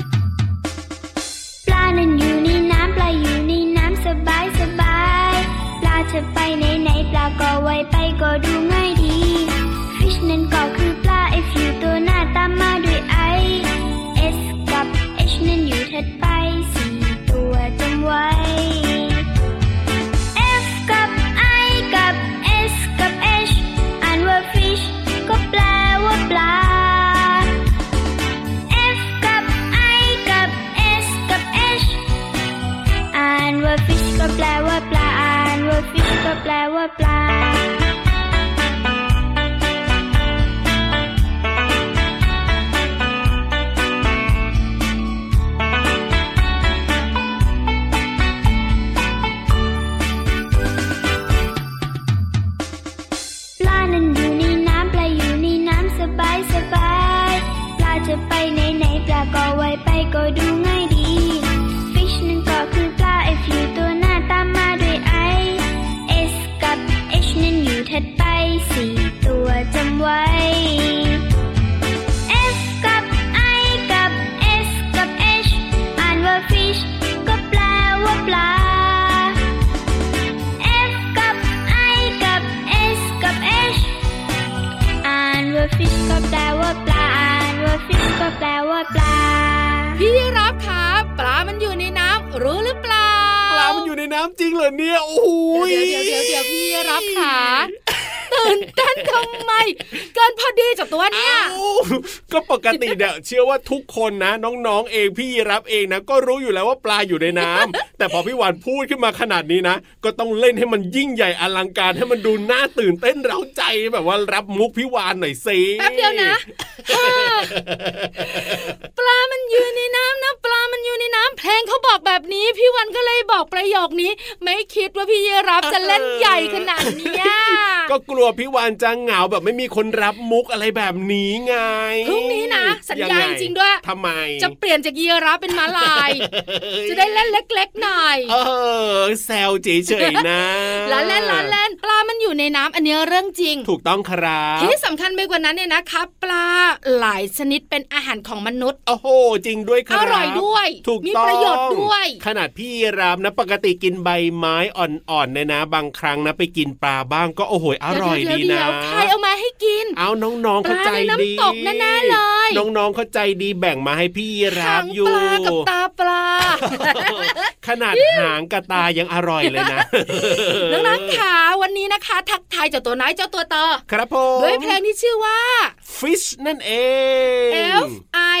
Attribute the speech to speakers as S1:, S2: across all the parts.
S1: ปลานั้นอยู่ในน้ำปลาอยู่ในน้ำสบายสบายปลาจะไปไหนไหนปลาก็ไวไปก็ดูง่ายดี Fish นั้นก็คือปลา F อยู่ตัวหน้าตามมาด้วย I S กับ H นั้นอยู่ถัดไปสี่ตัวจำไว้ F กับ I กับ S กับ H อ่านว่า Fish ก็แปลว่าปลา F กับ I กับ S กับ H อ่านว่า fish ก็แปลว่าปลา อ่านว่า fish ก็แปลว่าปลา ปลานั้นอยู่ในน้ำปลาอยู่ในน้ำสบายสบายปลาจะไปไหนไหนปลาก็ไวไปก็ดูง่ายดี Fish นั้นก็คือปลา F อยู่ตัวหน้าตามมาด้วย I S กับ H นั้นอยู่ถัดไปสี่ตัวจำไว้ F กับ I กับ S กับ H อ่านว่า Fish ก็แปลว่าปลา F กับ I กับ S กับ H อ่านว่า fish ก็แปลว่าปลา อ่านว่า fish ก็แปลว่าปลา
S2: พี่รับครับปลามันอยู่ในน้ำรู้หรือเปล่า
S3: ปลามันอยู่ในน้ำจริงเหรอเนี่ย โอ้ย
S2: เดี๋ยวเดี๋ยวเดี๋ยวเดี๋ยวพี่รับขาตื่นเต้นทำไม เกินพอดีจากตัวเนี่ย
S4: โอ้ก็ปกติเนี่ยเชื่อว่าทุกคนนะ น้องๆเองพี่รับเองนะ ก็รู้อยู่แล้วว่าปลาอยู่ในน้ำ แต่พอพี่หวานพูดขึ้นมาขนาดนี้นะ ก็ต้องเล่นให้มันยิ่งใหญ่อลังการให้มันดูน่าตื่นเต้นเร้าใจแบบว่ารับมุกพี่หวานหน่อยสิ
S2: แป๊บเดียวนะเออปลามันอยู่ในน้ำนะปลามันอยู่ในน้ำเพลงเขาบอกแบบนี้ พี่วันก็เลยบอกประโยคนี้ ไม่คิดว่าพี่ยีรับจะเล่นใหญ่ขนาดเนี้ย
S4: ก็กลัวพี่หวานจะเหงาแบบไม่มีคนรับมุกอะไรแบบนี้ไง
S2: พรุ่งนี้นะสัญญาจริงๆด้วย
S4: ทำไม
S2: จะเปลี่ยนจากยีรับเป็นมาลาย จะได้เล่นเล็ก ๆ หน่อย
S4: เออแซวเฉยๆนะ
S2: ล้อเล่นล้อเล่นปลามันอยู่ในน้ำอันเนี้ยเรื่องจริง
S4: ถูกต้องครับ
S2: ที่สำคัญไปกว่านั้นเนี่ยนะคะปลาหลายชนิดเป็นอาหารของมนุษย์
S4: โอ้โหจริงด้วยค
S2: อ
S4: รับ
S2: ร่อยด้วย
S4: ถูก
S2: มี
S4: ต้อง
S2: ประโยชน์ด้วย
S4: ขนาดพี่รามนะปกติกินใบไม้อ่อนๆเนี่ยนะ บางครั้งนะไปกินปลาบ้างก็โอ้โหอร่อย
S2: เว
S4: ดี
S2: เว
S4: นะ
S2: เวใครเอามาให้กิน
S4: เอาน้องๆเข้าใจ
S2: ปลาใน
S4: ดี
S2: น้ำตกแน่ๆเลย
S4: น้องๆเข้าใจดีแบ่งมาให้พี่รามอยู่
S2: หางปลากับตาปลา
S4: ขนาดหางกระตายังอร่อยเลยนะ
S2: น้องๆขาวันนี้นะคะ ทักทายเจ้าตัวน้อยเจ้าตัวต่อ
S4: ครับผม
S2: ด้วยเพลงที่ชื่อว่า
S4: ฟิชนั่นเอง
S2: F I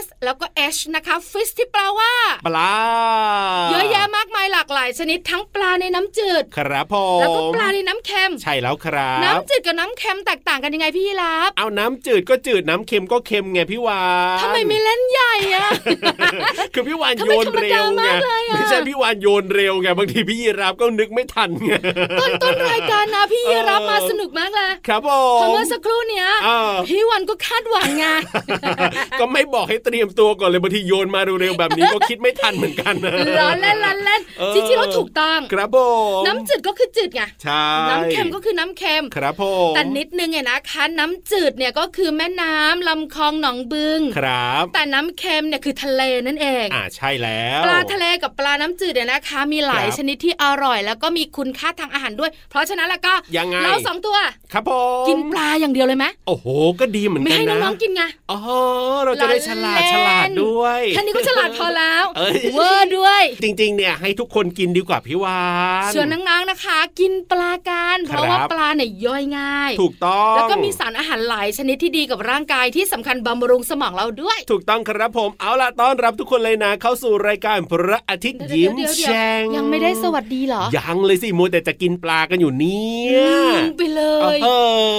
S2: S แล้วก็ H นะคะ fish ที่แปลว่า
S4: ปลา
S2: เยอะแยะมากมายหลากหลายชนิดทั้งปลาในน้ำจืด
S4: ครับผ
S2: แล้วก็
S4: ม
S2: ปลาในน้ำเค็ม
S4: ใช่แล้วครับ
S2: น้ำจืดกับน้ำเค็มแตกต่างกันยังไงพี่ยีรับ
S4: เอาน้ำจืดก็จืดน้ำเค็มก็เค็มไงพี่วาน
S2: ทำไมไม่เล่นใหญ่อะ
S4: คือพี่วาน
S2: ทำไม
S4: โยนเร็วไง
S2: ธรรมดามากเลยอะ
S4: ไม่ใช่พี่วานโยนเร็วไงบางทีพี่ยีราฟก็นึกไม่ทันไง
S2: ต้นต้นรายการนะพี่ยีรับมาสนุกมากเลย
S4: ครับผ
S2: พอ
S4: ม
S2: เมื่อสักครู่เนี้ย
S4: เออ
S2: พี่วันก็คาดหวังไง
S4: ก็ไม่บอกให้เตรียมตัวก่อนเลยบางทีโยนมาเร็วๆแบบนี้ก็คิดไม่ทันเหมือนกันนะ
S2: ล้อเล่นล้อเล่น
S4: เออ
S2: จริงๆแล้วถูกต้อง
S4: ครับผม
S2: น้ำจืดก็คือจืดไง
S4: ใช่
S2: น้ำเค็มก็คือน้ำเค็ม
S4: ครับผม
S2: แต่นิดนึงเนี่ยนะคะน้ำจืดเนี่ยก็คือแม่น้ำลำคลองหนองบึง
S4: ครับ
S2: แต่น้ำเค็มเนี่ยคือทะเลนั่นเอง
S4: อ่าใช่แล้ว
S2: ปลาทะเลกับปลาน้ำจืดเนี่ยนะคะ มีหลาย
S4: ครับ
S2: ชนิดที่อร่อย แล้วก็มีคุณค่าทางอาหารด้วย เพราะฉะนั้นแล้วก็
S4: ยังไง
S2: เราสองตัว
S4: ครับผม
S2: กินปลาอย่างเดียวเลยไหม
S4: โอ้โห ก็ดีเหมือน
S2: ไม่
S4: กัน
S2: ให้
S4: นะ
S2: น้องๆกินไง
S4: อ๋อเราจะได้ฉลาด
S2: เน
S4: ฉลาดด้วย
S2: แค่นี้ก็ฉลาดพอแล้ว
S4: เอ้ย
S2: เวอร์ด้วย
S4: จริงๆ เนี่ยให้ทุกคนกินดีกว่าพี่วาน
S2: ส่วนน้องๆนะคะ กินปลากันเพราะว่า
S4: ครับ
S2: ปลาใน เนี่ยย่อยง่าย
S4: ถูกต้อง
S2: แล้วก็มีสารอาหารหลายชนิดที่ดีกับร่างกายที่สำคัญบำรุงสมองเราด้วย
S4: ถูกต้องครับผมเอาล่ะต้อนรับทุกคนเลยนะ เข้าสู่รายการพระอาทิตย์ยิ้ม
S2: เดี๋ยวๆๆๆ
S4: แฉ่ง
S2: ยังไม่ได้สวัสดีเหรอ
S4: ยังเลยสิมัวแต่จะกินปลากันอยู่เนี่ย
S2: ลืมไปเลย
S4: เอ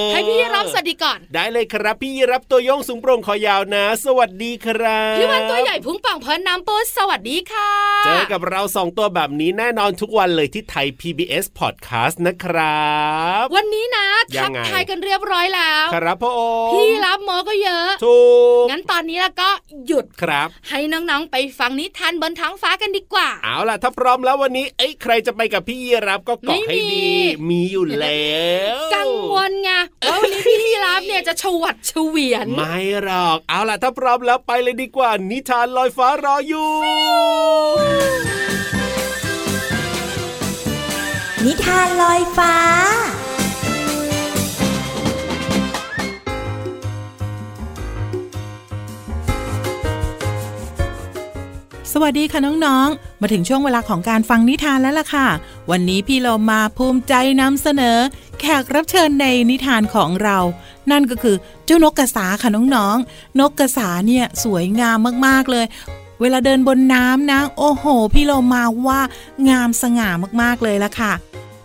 S4: อ
S2: ให้พี่รับสวัสดีก่อน
S4: ได้เลยครับพี่รับตัวโยงสูงโปร่งคอยาวนะ สวัสดีครับ
S2: พี่วันตัวใหญ่พุงป่องพอน้ำโปสวัสดีค่ะ
S4: เจอกับเราสองตัวแบบนี้แน่นอนทุกวันเลยที่ไทย PBS Podcast นะครับ
S2: วันนี้นะ
S4: ยั
S2: ทั
S4: งไง
S2: ทายกันเรียบร้อยแล้ว
S4: ครับผม
S2: พี่รับหมอก็เยอะ
S4: ถูก
S2: งั้นตอนนี้แล้วก็หยุด
S4: ครับ
S2: ให้น้องๆไปฟังนิทานบนท้องฟ้ากันดีกว่า
S4: เอาล่ะถ้าพร้อมแล้ววันนี้เอ้ยใครจะไปกับพี่ยีรับก็เกาะ
S2: ไม่มี
S4: ให้ดี มีอยู่แล้ว
S2: กังวลไงว่าวันนี้พี่ยีรับเนี่ยจะชวัดเฉวียน
S4: ไม่หรอก เอาล่ะถ้าพร้อมแล้วไปเลยดีกว่า นิทานลอยฟ้ารออยู่
S5: นิทานลอยฟ้า
S6: สวัสดีค่ะน้องๆ มาถึงช่วงเวลาของการฟังนิทานแล้วล่ะค่ะ วันนี้พี่เรามาภูมิใจนำเสนอ แขกรับเชิญในนิทานของเรา นั่นก็คือเจ้านกกระสาค่ะน้องๆ นกกระสาเนี่ยสวยงามมากๆเลย เวลาเดินบนน้ำนะ โอ้โห พี่เรามาว่างามสง่ามากๆเลยล่ะค่ะ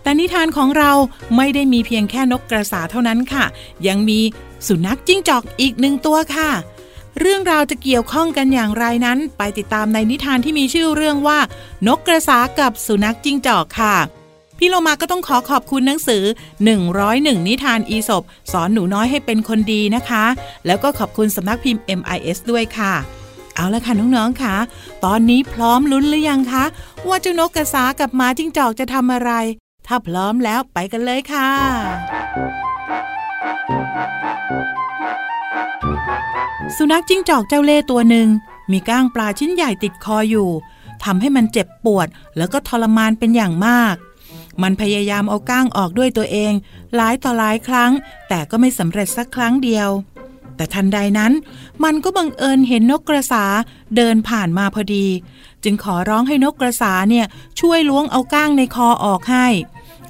S6: แต่นิทานของเราไม่ได้มีเพียงแค่นกกระสาเท่านั้นค่ะ ยังมีสุนัขจิ้งจอกอีกหนึ่งตัวค่ะ เรื่องราวจะเกี่ยวข้องกันอย่างไรนั้น ไปติดตามในนิทานที่มีชื่อเรื่องว่า นกกระสากับสุนัขจิ้งจอกค่ะ พี่โลมาก็ต้องขอขอบคุณหนังสือ 101 นิทานอีสบสอนหนูน้อยให้เป็นคนดีนะคะ แล้วก็ขอบคุณสำนักพิมพ์ MIS ด้วยค่ะ เอาละค่ะน้องๆค่ะ ตอนนี้พร้อมลุ้นหรือยังคะ ว่าเจ้านกกระสากับหมาจิ้งจอกจะทำอะไร ถ้าพร้อมแล้วไปกันเลยค่ะ สุนัขจิ้งจอกเจ้าเล่ห์ตัวหนึ่ง มีก้างปลาชิ้นใหญ่ติดคออยู่ทำให้มันเจ็บปวด แล้วก็ทรมานเป็นอย่างมาก มันพยายามเอาก้างออกด้วยตัวเอง หลายต่อหลายครั้ง แต่ก็ไม่สำเร็จสักครั้งเดียว แต่ทันใดนั้น มันก็บังเอิญเห็นนกกระสาเดินผ่านมาพอดี จึงขอร้องให้นกกระสาเนี่ยช่วยล้วงเอาก้างในคอออกให้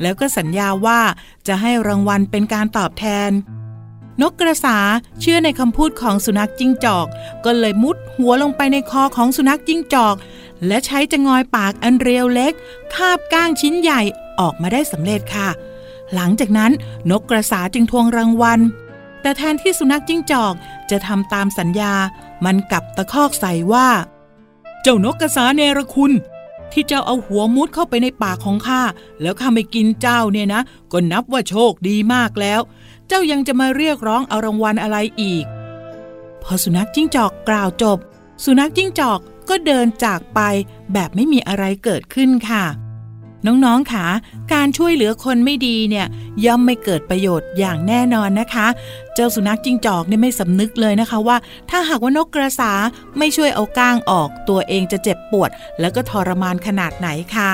S6: แล้วก็สัญญาว่าจะให้รางวัลเป็นการตอบแทน นกกระสาเชื่อในคำพูดของสุนัขจิ้งจอก ก็เลยมุดหัวลงไปในคอของสุนัขจิ้งจอก และใช้จะงอยปากอันเรียวเล็ก คาบก้างชิ้นใหญ่ออกมาได้สำเร็จค่ะ หลังจากนั้นนกกระสาจึงทวงรางวัล แต่แทนที่สุนัขจิ้งจอกจะทำตามสัญญา มันกลับตะคอกใส่ว่า เจ้านกกระสาเนรคุณ ที่เจ้าเอาหัวมุดเข้าไปในปากของข้าแล้วข้าไม่กินเจ้าเนี่ยนะ ก็นับว่าโชคดีมากแล้ว เจ้ายังจะมาเรียกร้องเอารางวัลอะไรอีก พอสุนัขจิ้งจอกกล่าวจบ สุนัขจิ้งจอกก็เดินจากไปแบบไม่มีอะไรเกิดขึ้นค่ะ น้องๆค่ะการช่วยเหลือคนไม่ดีเนี่ยย่อมไม่เกิดประโยชน์อย่างแน่นอนนะคะ เจ้าสุนัขจิ้งจอกเนี่ยไม่สำนึกเลยนะคะว่า ถ้าหากว่านกกระสาไม่ช่วยเอาก้างออก ตัวเองจะเจ็บปวด แล้วก็ทรมานขนาดไหนค่ะ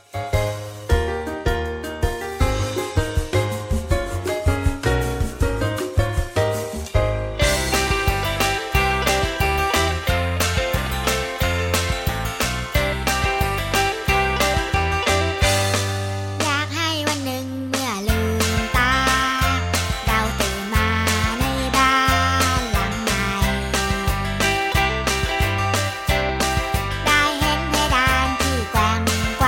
S7: อยากให้วันหนึ่งเมื่อลืมตา เราตื่นมาในบ้านหลังใหม่ ได้เห็นเพดานที่แกว่งไกว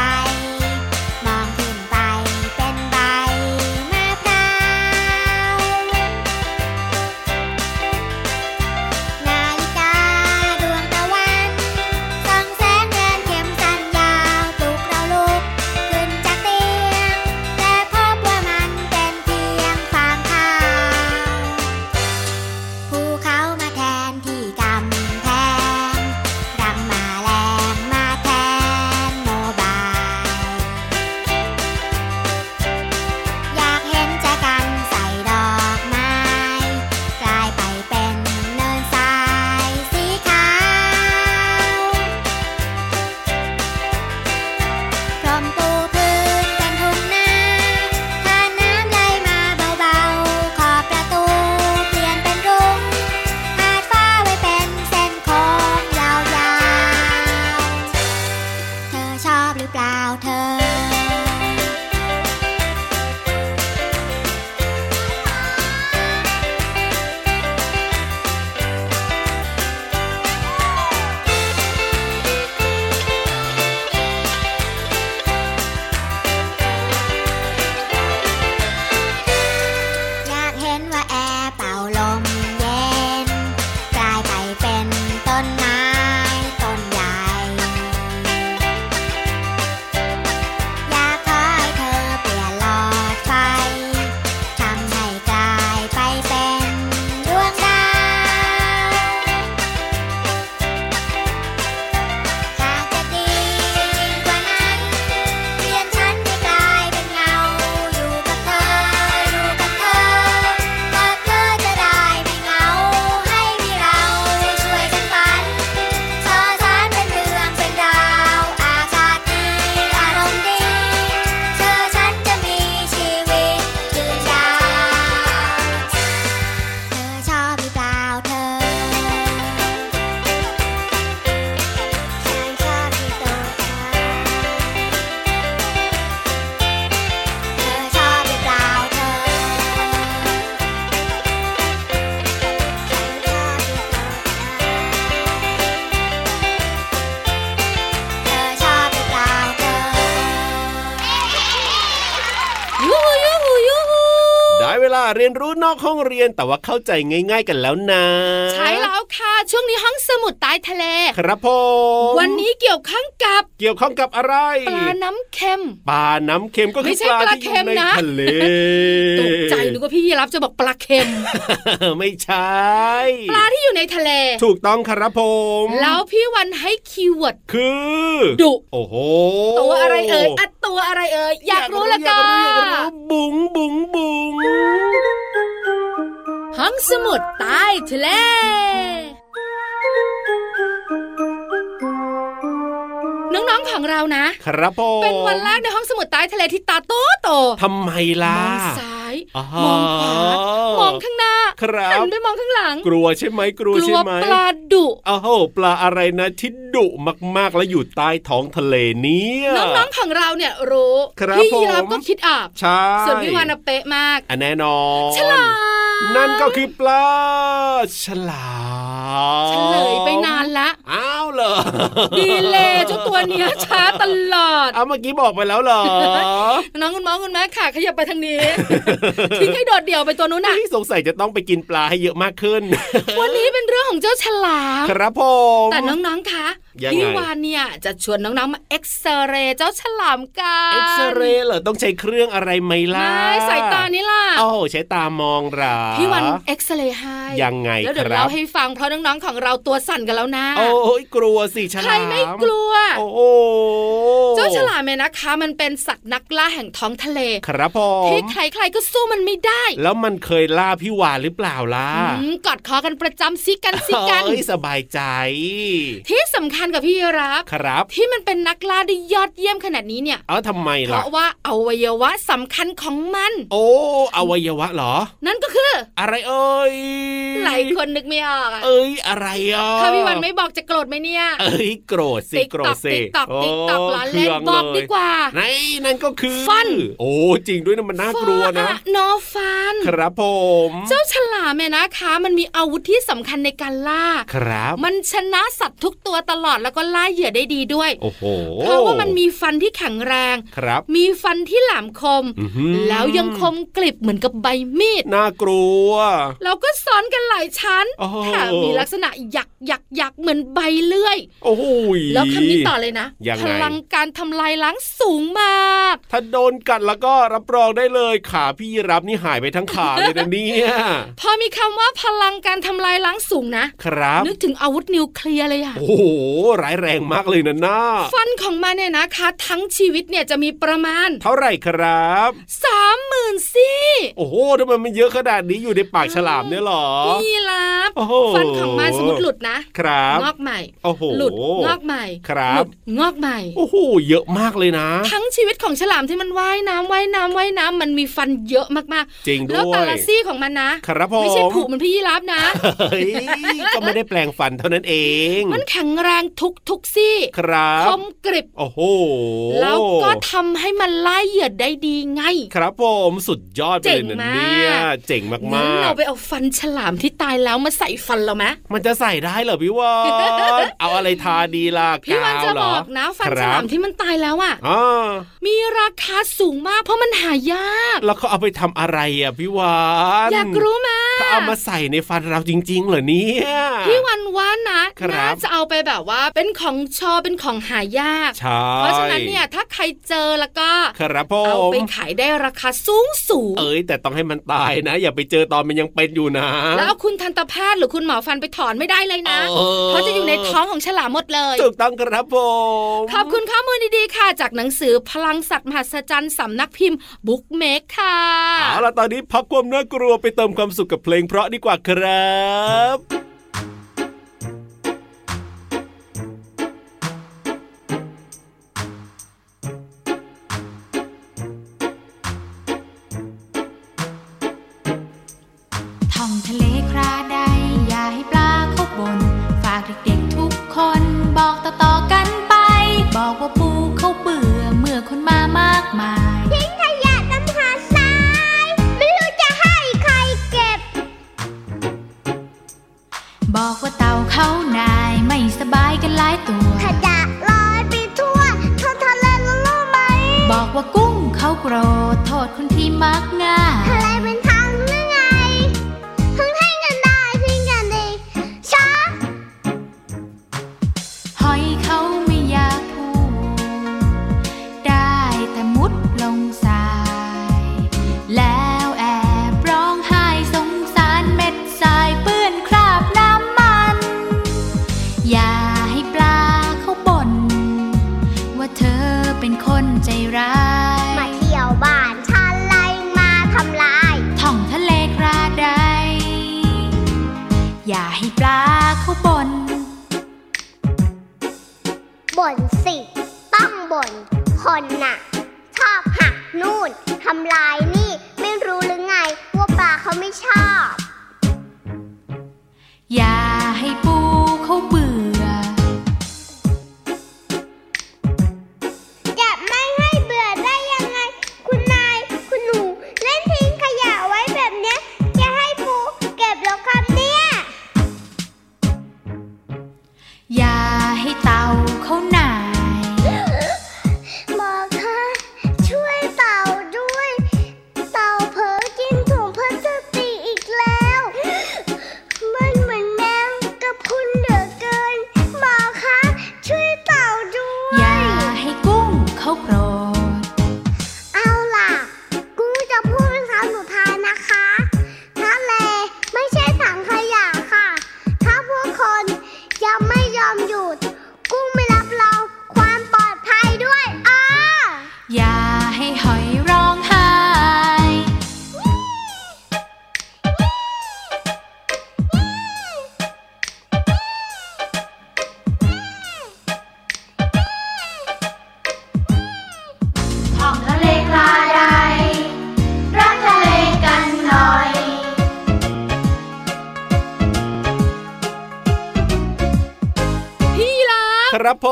S4: เรียนรู้นอกห้องเรียนแต่ว่าเข้าใจง่าย ๆ กันแล้วนะ
S2: ใช้แล้วค่ะ ช่วงนี้ห้องสมุดใต้ทะเล
S4: ครับผม
S2: วันนี้เกี่ยวข้องกับ
S4: เกี่ยวข้องกับอะไร
S2: ปลาน้ำเค็ม
S4: ปลาน้ำเค็มก็คื
S2: ไม่
S4: อ
S2: ใช่
S4: ปลา
S2: ปลา
S4: ที่อ
S2: เค็
S4: ยู่
S2: ม
S4: ใน
S2: นะ
S4: ทะเล
S2: ตกใจนึกว่าพี่ยีรับจะบอกปลาเค็ม
S4: ไม่ใช่
S2: ปลาที่อยู่ในทะเล
S4: ถูกต้องครับผม
S2: แล้วพี่วันให้คีย์เวิร์ด
S4: คือ
S2: ดุ
S4: โอ้โห
S2: ตัวอะไรเอ่ยอัดตัวอะไรเอ่ยอยากรู้ละ
S4: อยา
S2: ก็
S4: รู้อยากรู้บุ๋งบุ๋งบุ๋ง
S2: ห้องสมุดใต้ทะเล น้องๆของเรานะ
S4: ครับผม
S2: เป็นวันแรกในห้องสมุดใต้ทะเลที่ตาโตโต
S4: ทำไม
S2: ม
S4: ล่ะ
S2: องซ้าย
S4: อ๋อ
S2: มองขวามองข้างหน้า
S4: ครับ
S2: หันไปมองข้างหลัง
S4: กลัวใช่ไหมกลัว
S2: กลั
S4: ใช่
S2: ว
S4: ไหม
S2: ปลาดุ
S4: โอ้โหปลาอะไรนะที่ดุมากๆแล้วอยู่ใต้ท้องทะเลเนี่ย
S2: น้องๆของเราเนี่ยรู้
S4: ครับ
S2: พี่ยีราฟ
S4: ผม
S2: ก็คิดอาบ
S4: ใช่
S2: ส่วนพี่วานอะเป๊ะมาก
S4: อันแน่นอน
S2: ฉลาม
S4: นั่นก็คือปลาฉลาม
S2: เฉลยไปนานละ
S4: อ้าวเหรอ
S2: ดีเลยเจ้าตัวเนี้ยช้าตลอด
S4: เอาเมื่อกี้บอกไปแล้วเหร อ
S2: น้องคุณหมอคุณแม่ค่ะ ขยับไปทาง นี้ ทิ้งให้โดดเดี่ยวไปตัวนู้นน่ะ
S4: ที่สงสัยจะต้องไปกินปลาให้เยอะมาก ขึ้น
S2: วันนี้เป็นเรื่องของเจ้าฉลาม
S4: ครับผม
S2: แต่น้องๆคะ
S4: ยังไง
S2: พี่วานเนี่ยจะชวนน้องๆมาเอ็กซเรย์เจ้าฉลามกัน
S4: เอ็กซเรย์เหรอต้องใช้เครื่องอะไรไหมล่ะ
S2: ไม่สายตานี่ล่ะ
S4: โอ้โหใช้ตามองเหรอ
S2: พี่วันเอ็กซเรย์ให้
S4: ยังไง
S2: แล้วเดี๋ยว
S4: ครับ
S2: เล่าให้ฟังเพราะน้องๆของเราตัวสั่นกันแล้วนะ
S4: โอ้ยกลัวสิฉลาม
S2: ใครไม่กลัว
S4: โอ้โห
S2: เจ้าฉลามเนี่ยนะคะ มันเป็นสัตว์นักล่าแห่งท้องทะเล
S4: ครับผ
S2: ที่
S4: ม
S2: ใครๆก็สู้มันไม่ได้
S4: แล้วมันเคยล่าพี่วานหรือเปล่าล่ะ
S2: อืมกอดคอกันประจำซิกันซิกัน
S4: เอ้ยสบายใจ
S2: ที่สำคัญกับพี่รับ
S4: ครับ
S2: ที่มันเป็นนักล่าได้ยอดเยี่ยมขนาดนี้เนี่ย
S4: เอ้าทำไม
S2: เพ
S4: ล่ะ
S2: ราะว่าอวัยวะสำคัญของมัน
S4: โอ้ อวัยวะเหรอ
S2: นั่นก็คือ
S4: อะไรเอ่ย
S2: หลายคนนึกไม่ออกอะ
S4: เอ้ยอะไรอ่ะ
S2: ถ้าพี่วันไม่บอกจะโกรธไหมเนี่ย
S4: เอ้ยโกรธสิ
S2: ติ๊ก
S4: โกร
S2: ตอ
S4: ธ
S2: ก
S4: สิ
S2: ติ๊กตอกติ๊กตอก
S4: โ
S2: ล้อเล่น
S4: คืง
S2: บอกดีกว่า
S4: ในนั่นก็คือ
S2: ฟัน
S4: โอ้จริงด้วยนะมันน่ากลัวนะ
S2: ฟาโนฟัน
S4: ครับผม
S2: เจ้าฉลามเนี่ยนะคะ มันมีอาวุธที่สำคัญในการล่า
S4: ครับ
S2: มันชนะสัตว์ทุกตัวตลอดแล้วก็ล่าเหยื่อได้ดีด้วย
S4: โอ้โห
S2: เพราะว่ามันมีฟันที่แข็งแรง
S4: ครับ
S2: มีฟันที่แหลมคม
S4: อื้อหือ
S2: แล้วยังคมกริบเหมือนกับใบมีด
S4: น่ากลัว
S2: แล้วก็ซ้อนกันหลายชั้น
S4: โอ้โห
S2: แถมมีลักษณะหยักหยักหยักเหมือนใบเลื่อย
S4: โอ้โห
S2: แล้วคำนี้ต่อเลยนะ
S4: ยังไง
S2: พลังการทำลายล้างสูงมาก
S4: ถ้าโดนกัดแล้วก็รับรองได้เลยขาพี่ยีรับนี่หายไปทั้งขาเลยนะเนี่ย
S2: พอมีคำว่าพลังการทำลายล้างสูงนะ
S4: ครับ
S2: นึกถึงอาวุธนิวเคลียร์เลยอะ
S4: โอ้โหร้ายแรงมากเลยนะน้า
S2: ฟันของมันเนี่ยนะคะ ทั้งชีวิตเนี่ยจะมีประมาณ
S4: เท่าไหร่ครับ
S2: สามหมื่นซี่
S4: โอ้โหทำไมมันเยอะขนาดนี้อยู่ในปากฉลามเนี่ยหรอ
S2: นี่ลับ
S4: โอ้โห
S2: ฟันของมันสมมติหลุดนะครับ งอกใหม่
S4: โอ้โห
S2: หลุดงอกใหม่
S4: ครับ
S2: หลุดงอกใหม่
S4: โอ้โห เยอะมากเลยนะ
S2: ทั้งชีวิตของฉลามที่มันว่ายน้ำว่ายน้ำว่ายน้ำมันมีฟันเยอะมาก
S4: จริง
S2: ๆ
S4: ด้วย
S2: แล้วแต่ละซี่ของมันนะครับ
S4: ผม
S2: ไม่ใช่ผุเหมือนพี่ยีรับ นะ
S4: เฮ้ย ก็ไม่ได้แปลงฟันเท่านั้นเอง
S2: มันแข็งแรงทุกทุกๆซี่
S4: ครับ
S2: คมกริบ
S4: โอ้โห
S2: แล้วก็ทำให้มันไล่าเหยื่อได้ดีไง
S4: ครับผมสุดยอดไปเลยนะ
S2: เจ๋งมาก
S4: เนี่ยเจ๋งมา
S2: งั้นเรา
S4: ก
S2: ไปเอาฟันฉลามที่ตายแล้วมาใส่ฟันเราไหม
S4: ๆ มันจะใส่ได้เหรอพี่ วานเอาอะไรทาดีล่ะ
S2: พี่วันจะ
S4: าวเหร
S2: บอกนะฟันฉลาม
S4: ครับ
S2: ที่มันตายแล้วอ่ะ
S4: อ่า
S2: มีราคาสูงมากเพราะมันหายาก
S4: แล้วเขาเอาไปทำอะไรอ่ะพี่วาน
S2: อยากรู้ไหม
S4: เขาเอามาใส่ในฟันเราจริง ๆ เหรอเนี่ย
S2: พี่วันว่านะครับ น่าจะเอาไปแบบว่าเป็นของชอบเป็นของหายาก
S4: ใช่
S2: เพราะฉะนั้นเนี่ยถ้าใครเจอแล้วก็
S4: ครับผ
S2: เอา
S4: ม
S2: ไปขายได้ราคาสูงสูง
S4: เอ้ย แต่ต้องให้มันตายนะ อย่าไปเจอตอนมันยังเป็นอยู่นะ
S2: แล้วเอาคุณทันตแพทย์หรือคุณหมอฟันไปถอนไม่ได้เลยนะ
S4: ออ
S2: เพราะจะอยู่ในท้องของฉลามหมดเลย
S4: ถูกต้องครับผม
S2: ขอบคุณข้อมูลดีๆค่ะ จากหนังสือพลังสัตว์มหัศจรรย์สำนักพิมพ์บุ๊กเมกค่ะ
S4: เอาล่ะตอนนี้พักความน่ากลัวไปเติมความสุขกับเพลงเพราะดีกว่าครับ
S7: ท่องทะเลคราใด อย่าให้ปลาเข้าบน ฝากเด็กๆทุกคน บอกต่อๆกันไป บอกว่าปูเขาเบื่อเมื่อคนมามากมาย
S8: ทิ้งขยะตำหาทราย ไม่รู้จะให้ใครเก็บ
S7: บอกว่าเต่าเขานายไม่สบายกันหลายตัว
S8: ขยะลอยไปทั่วท้องทะเลแล้วรู้ไหม
S7: บอกว่ากุ้งเขาโกรธโทษคนที่มักง่าย
S8: ทะเลเป็นทางเลือก
S7: อย่าให้ปลาเขาบ่นว่าเธอเป็นคนใจร้าย
S8: มาเที่ยวบ้านฉันไล่มาทำลาย
S7: ท่องทะเลกระไดอย่าให้ปลาเขาบ่น
S8: บ่นสิ ต้องบ่นคนน่ะ ชอบหักนู่นทำลายนี่ ไม่รู้หรือไง ว่าปลาเขาไม่ชอบ
S7: อย่าให้ปูเขาเบื่อ
S8: จะไม่ให้เบื่อได้ยังไง คุณนาย คุณหนู เล่นทิ้งขยะไว้แบบเนี้ย จะให้ปูเก็บแล้วครับเนี่ย
S7: อย่าให้เต่าเขาหน่าย
S8: บอกค่ะช่วยเต่าด้วย เต่าเผลอกินถุงพลาสติกอีกแล้ว มันเหมือนแมงกระพรุนเหลือเกินหมอคะช่วยเต่าด้ว
S7: อย่าย ให้กุ้งเขาโกรธ
S8: เอาล่ะ กูจะพูดเป็นคำสุดท้ายนะคะทะเลไม่ใช่ถังขยะค่ะ ถ้าพวกคนยังไม่ยอมหยุด กุ้งไม่รับรองความปลอดภัยด้วยอ้อ
S7: อย่าให้หอยร้องไห้ ท่องทะเลคลาใดรักทะเลกันหน่อย
S2: พี่รับ
S4: ครับผ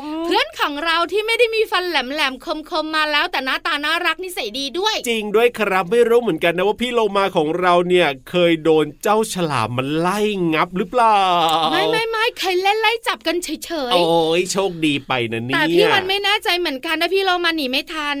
S4: ม
S2: เพื่อนของเราที่ไม่ได้มีฟันแหลมๆคมๆมาแล้วแต่หน้าตาน่ารักนิสัยดีด้วย
S4: จริงด้วยครับไม่รู้เหมือนกันนะว่าพี่โลมาของเราเนี่ยเคยโดนเจ้าฉลามมันไล่งับหรือเปล่า
S2: ไม่ไม่ไม่เคยเล่นไล่จับกันเฉย
S4: โอ้ยโชคดีไปนะ
S2: ๆ
S4: เนี่ย
S2: แต่พี่วันไม่แน่ใจเหมือนกันนะพี่เรามาหนีไม่ทั น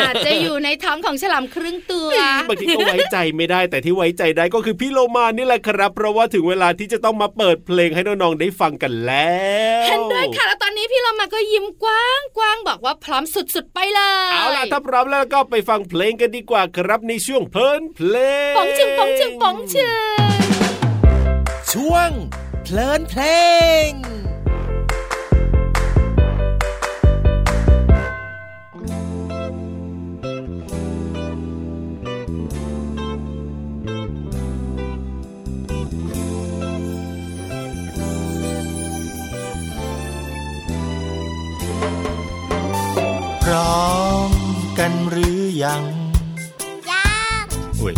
S2: อาจจะอยู่ในท้องของฉลามครึ่งตัว
S4: บางทีก็ไว้ใจไม่ได้แต่ที่ไว้ใจได้ก็คือพี่โลมานี่แหละครับ เพราะว่าถึงเวลาที่จะต้องมาเปิดเพลงให้น้องๆได้ฟังกันแล้ว
S2: เห็นด้วยค่ะแล้วตอนนี้พี่เรามาก็ยิ้มกว้างกว้างบอกว่าพร้อมสุดๆไปเลย
S4: เอาล่ะถ้าพร้อมแล้วก็ไปฟังเพลงกันดีกว่าครับในช่วงเพลินเพลง
S2: ป๋องชึงป๋องชึงป๋องชึง
S9: ช่วง เพลินเพลง
S3: พร้อมกันหรือยัง
S8: ยัง
S3: เว้ย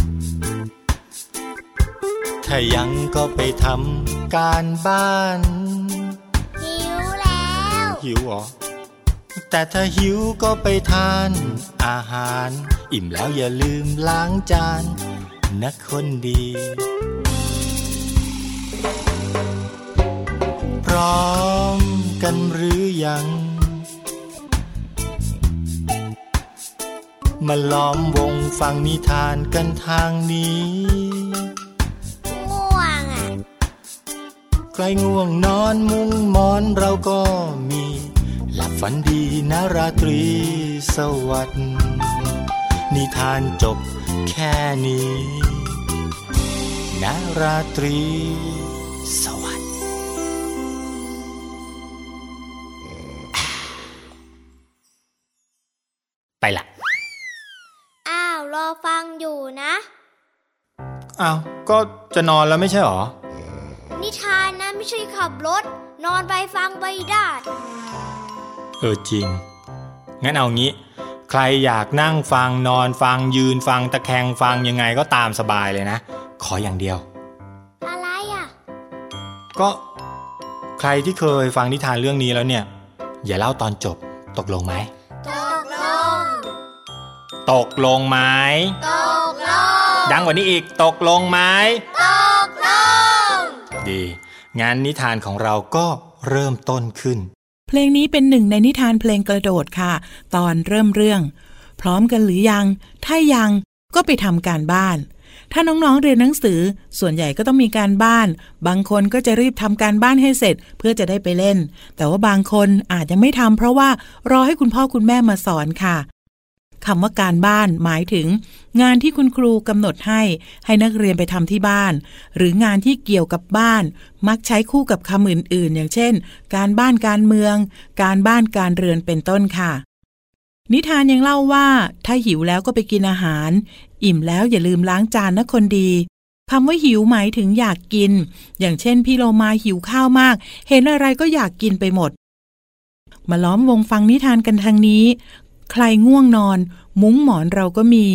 S3: ถ้ายังก็ไปทำการบ้าน
S8: หิวแล้ว
S3: หิวเหรอ แต่ถ้าหิวก็ไปทานอาหาร อิ่มแล้วอย่าลืมล้างจานนะคนดี พร้อมกันหรือยัง มาล้อมวงฟังนิทานกันทางนี้
S8: ง่วงอ่ะ
S3: ใครง่วงนอนมุ้งหมอนเราก็มี หลับฝันดีนะราตรีสวัสดิ์นิทานจบแค่นี้นะราตรีสวัสดิ์ ไปละ
S8: อ้าวรอฟังอยู่นะ
S3: อ้าว ก็จะนอนแล้วไม่ใช่หรอ
S8: นิทานนะไม่ใช่ขับรถ นอนไปฟังไปได้
S3: เออจริง งั้นเอางี้ ใครอยากนั่งฟังนอนฟังยืนฟังตะแคงฟังยังไงก็ตามสบายเลยนะ ขออย่างเดียว
S8: อะไรอ่ะ
S3: ก็ใครที่เคยฟังนิทานเรื่องนี้แล้วเนี่ย อย่าเล่าตอนจบตกลงไหม
S8: ตกลง
S3: ตกลงไหม
S8: ตกลง
S3: ดังกว่านี้อีกตกลงไหม
S8: ตกลง
S3: ดีงานนิทานของเราก็เริ่มต้นขึ้น
S6: เพลงนี้เป็นหนึ่งในนิทานเพลงกระโดดค่ะ ตอนเริ่มเรื่อง พร้อมกันหรือยัง ถ้ายังก็ไปทำการบ้าน ถ้าน้องๆเรียนหนังสือ ส่วนใหญ่ก็ต้องมีการบ้าน บางคนก็จะรีบทำการบ้านให้เสร็จเพื่อจะได้ไปเล่น แต่ว่าบางคนอาจจะไม่ทำเพราะว่ารอให้คุณพ่อคุณแม่มาสอนค่ะ คำว่าการบ้านหมายถึง งานที่คุณครูกำหนดให้ ให้นักเรียนไปทำที่บ้าน หรืองานที่เกี่ยวกับบ้าน มักใช้คู่กับคำอื่นๆ อย่างเช่น การบ้านการเมือง การบ้านการเรือนเป็นต้นค่ะ นิทานยังเล่าว่า ถ้าหิวแล้วก็ไปกินอาหาร อิ่มแล้วอย่าลืมล้างจานนะคนดีคำว่าหิวหมายถึงอยากกิน อย่างเช่นพี่โลมาหิวข้าวมาก เห็นอะไรก็อยากกินไปหมด มาล้อมวงฟังนิทานกันทางนี้ ใครง่วงนอน มุ้งหมอนเราก็มี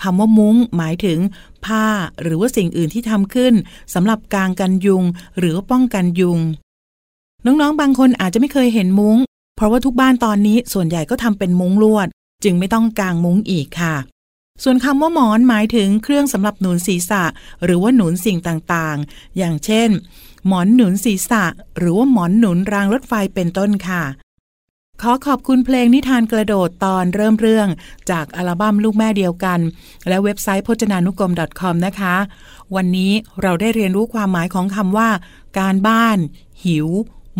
S6: คำว่ามุ้งหมายถึง ผ้าหรือว่าสิ่งอื่นที่ทำขึ้นสำหรับกางกันยุง หรือว่าป้องกันยุง น้องๆ บางคนอาจจะไม่เคยเห็นมุ้ง เพราะว่าทุกบ้านตอนนี้ส่วนใหญ่ก็ทำเป็นมุ้งลวด จึงไม่ต้องกางมุ้งอีกค่ะ ส่วนคำว่าหมอนหมายถึงเครื่องสำหรับหนุนศีรษะ หรือว่าหนุนสิ่งต่างๆ อย่างเช่น หมอนหนุนศีรษะ หรือว่าหมอนหนุนรางรถไฟเป็นต้นค่ะ ขอขอบคุณเพลงนิทานกระโดดตอนเริ่มเรื่อง จากอัลบั้มลูกแม่เดียวกัน และเว็บไซต์พจนานุกรม .com นะคะ วันนี้เราได้เรียนรู้ความหมายของคำว่า การบ้าน หิว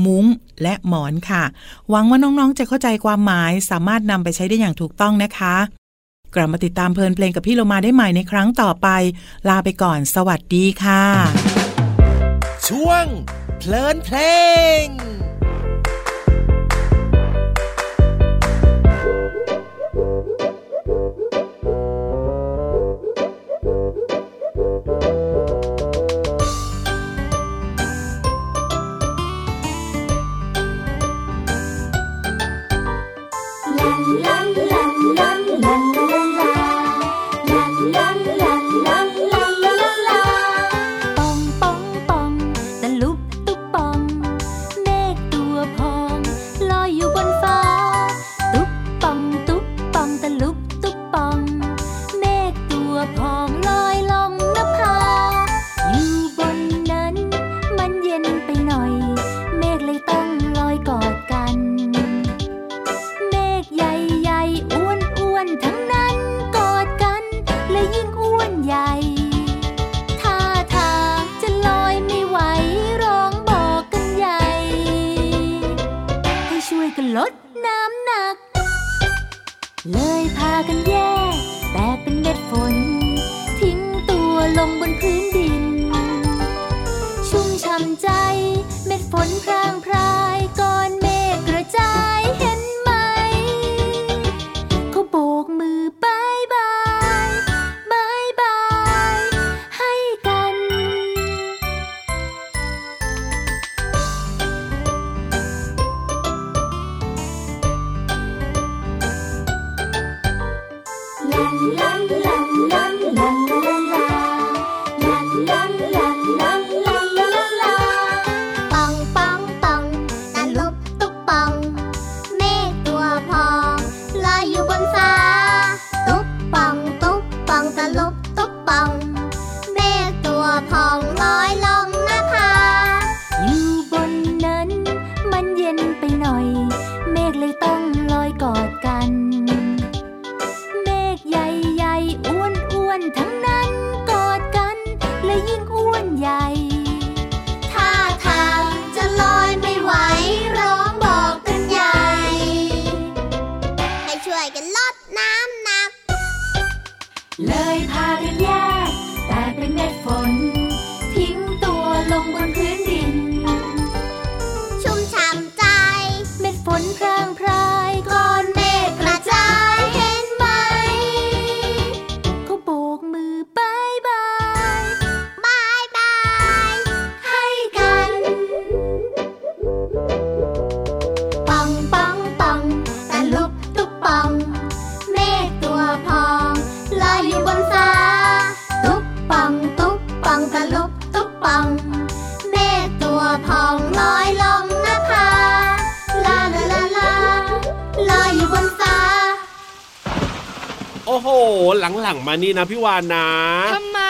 S6: มุ้ง และหมอนค่ะ หวังว่าน้องๆ จะเข้าใจความหมายสามารถนำไปใช้ได้อย่างถูกต้องนะคะ กลับมาติดตามเพลินเพลงกับพี่โลมาได้ใหม่ในครั้งต่อไป ลาไปก่อน สวัสดีค่ะ
S9: ช่วง เพลินเพลง
S7: ปองปองปองตะลุบตุบปอง เมฆตัวพองลอยอยู่บนฟ้า ตุบปองตุบปองตะลุบตุบปอง เมฆตัวพองลอยลงนภา อยู่บนนั้นมันเย็นไปหน่อย เมฆเลยต้องลอยกอดกัน เมฆใหญ่ๆอ้วนๆทั้งนั้นกอดกัน และยิ่งอ้วนใหญ่ ท่าทางจะลอยไม่ไหวร้องบอกกันใหญ่ ให้ช่วยกันลดน้ำหนัก เลยพากันแย่แต่เป็นเม็ดฝน ทิ้งตัวลงบนพื้นดิน ชุ่มช่ำใจ เม็ดฝนพรางพรายก้อนเมฆกระจายเห็นไหม เขาโบกมือบายบายบายบาย ให้กัน
S8: ปองปองปองตะลุบตุกปอง เมฆตัวพองลอยอยู่บนฟ้า ตุกปองตุกปองตะลุบตุกปอง เมฆตัวพองลอยลงนภา
S7: อยู่บนนั้นมันเย็นไปหน่อย เมฆเลยต้องลอยกอดกัน เมฆใหญ่ๆอ้วนๆทั้งนั้นกอดกัน และยิ่งอ้วนใหญ่
S8: ท่าทางจะลอยไม่ไหวร้องบอกกันใหญ่ ให้ช่วยกันลดน้ำหนัก
S7: เลยพากันแยกแต่เป็นเม็ดฝน ทิ้งตัวลงบนพื้นดิน
S8: ชุ่มช่ำใจ
S7: เม็ดฝนพรางพราย
S8: ก้อนเมฆกระจายเห็นไหม
S7: เขาโบกมือบายบาย
S8: บายบาย ให้กัน ปองปองปองตะลุบตุกปอง เมฆตัวพองลอยอยู่บนฟ้า ตุกปองตุกปองตะลุบตุกปอง เมฆตัวพองลอยลงนภาลาลาลาลาลอยอยู่บนฟ้า
S4: โอ้โห หลังๆมานี่นะพี่วานนะ
S2: ทำไม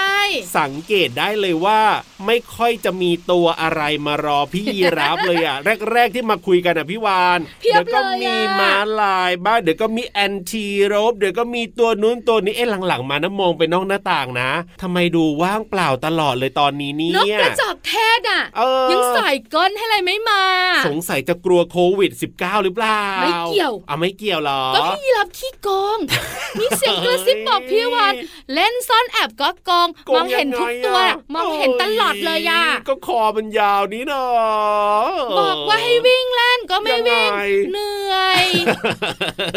S4: สังเกตได้เลยว่าไม่ค่อยจะมีตัวอะไรมารอพี่ยีรับเลยอ่ะ แรก ๆ ที่มาคุยกันอ่ะพี่วาน
S2: เพียบ
S4: ยวก็
S2: เลย
S4: มี
S2: อะ
S4: ม้าลายบ้างเดี๋ยวก็มีแอนทีโรปเดี๋ยวก็มีตัวนู้นตัวนี้เอ๊ะหลังๆ มานะมองไปนอกหน้าต่างนะทำไมดูว่างเปล่าตลอดเลยตอนนี้เนี่
S2: นก
S4: ย
S2: กระจอกเทศอ่ะ
S4: เออ
S2: ยังใส่ก้นให้อะไรไม่มา
S4: สงสัยจะกลัวโควิด -19 หรือเปล่า
S2: ไม่เกี่ยว
S4: อ่ะไม่เกี่ยวเหรอ
S2: ก็พี่ยีรับขี้โก ง มีเสียงกระซิบบอกพี่วานเล่นซ่อนแอบก็โกง
S4: โก
S2: มองเห็นทุกตัว
S4: ยัไะ
S2: มองเห็นตลอดเลยอ่ะ
S4: โก็คอมันยาวนี้เนาะ
S2: บอกว่าให้วิ่งเล่นก็ไม่วิ่ง
S4: ยังไง
S2: เหนื่อย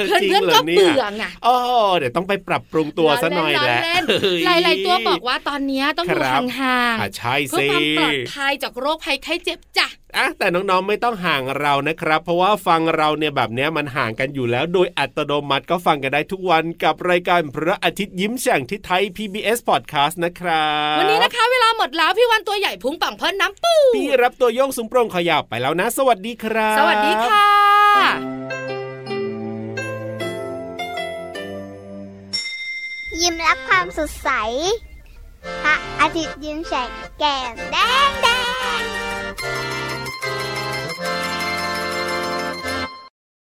S2: เพื่
S4: จริ
S2: อ
S4: ง
S2: น
S4: ห
S2: ๆ
S4: ร
S2: ก็
S4: ย
S2: เบื่อไง
S4: อ๋อเดี๋ยวต้องไปปรับปรุงตัวซะหน่อยแหละ
S2: เนๆหลาย ๆ ตัวบอกว่าตอนเนี้ยต้องอยู่
S4: ครับ
S2: ห่าง
S4: อ่ะ
S2: ๆ
S4: ใช่
S2: เพื่อ
S4: สิ
S2: ความปลอดภัยจากโรคภัยไข้เจ็บจ้ะ
S4: อ่ะแต่น้องๆไม่ต้องห่างเรานะครับ เพราะว่าฟังเราเนี่ยแบบเนี้ยมันห่างกันอยู่แล้ว โดยอัตโนมัติก็ฟังกันได้ทุกวันกับรายการพระอาทิตย์ยิ้มแฉ่งที่ไทย PBS Podcast นะครับ
S2: วันนี้นะคะ เวลาหมดแล้วพี่วันตัวใหญ่พุงป่องเพิ่นน้ำปู
S4: พี่รับตัวโยงสูงโปร่งขยับไปแล้วนะ สวัสดีครับ
S2: สวัสดีค่ะ
S8: ยิ้มรับความสดใส พระอาทิตย์ยิ้มแฉกแก้มแดงแด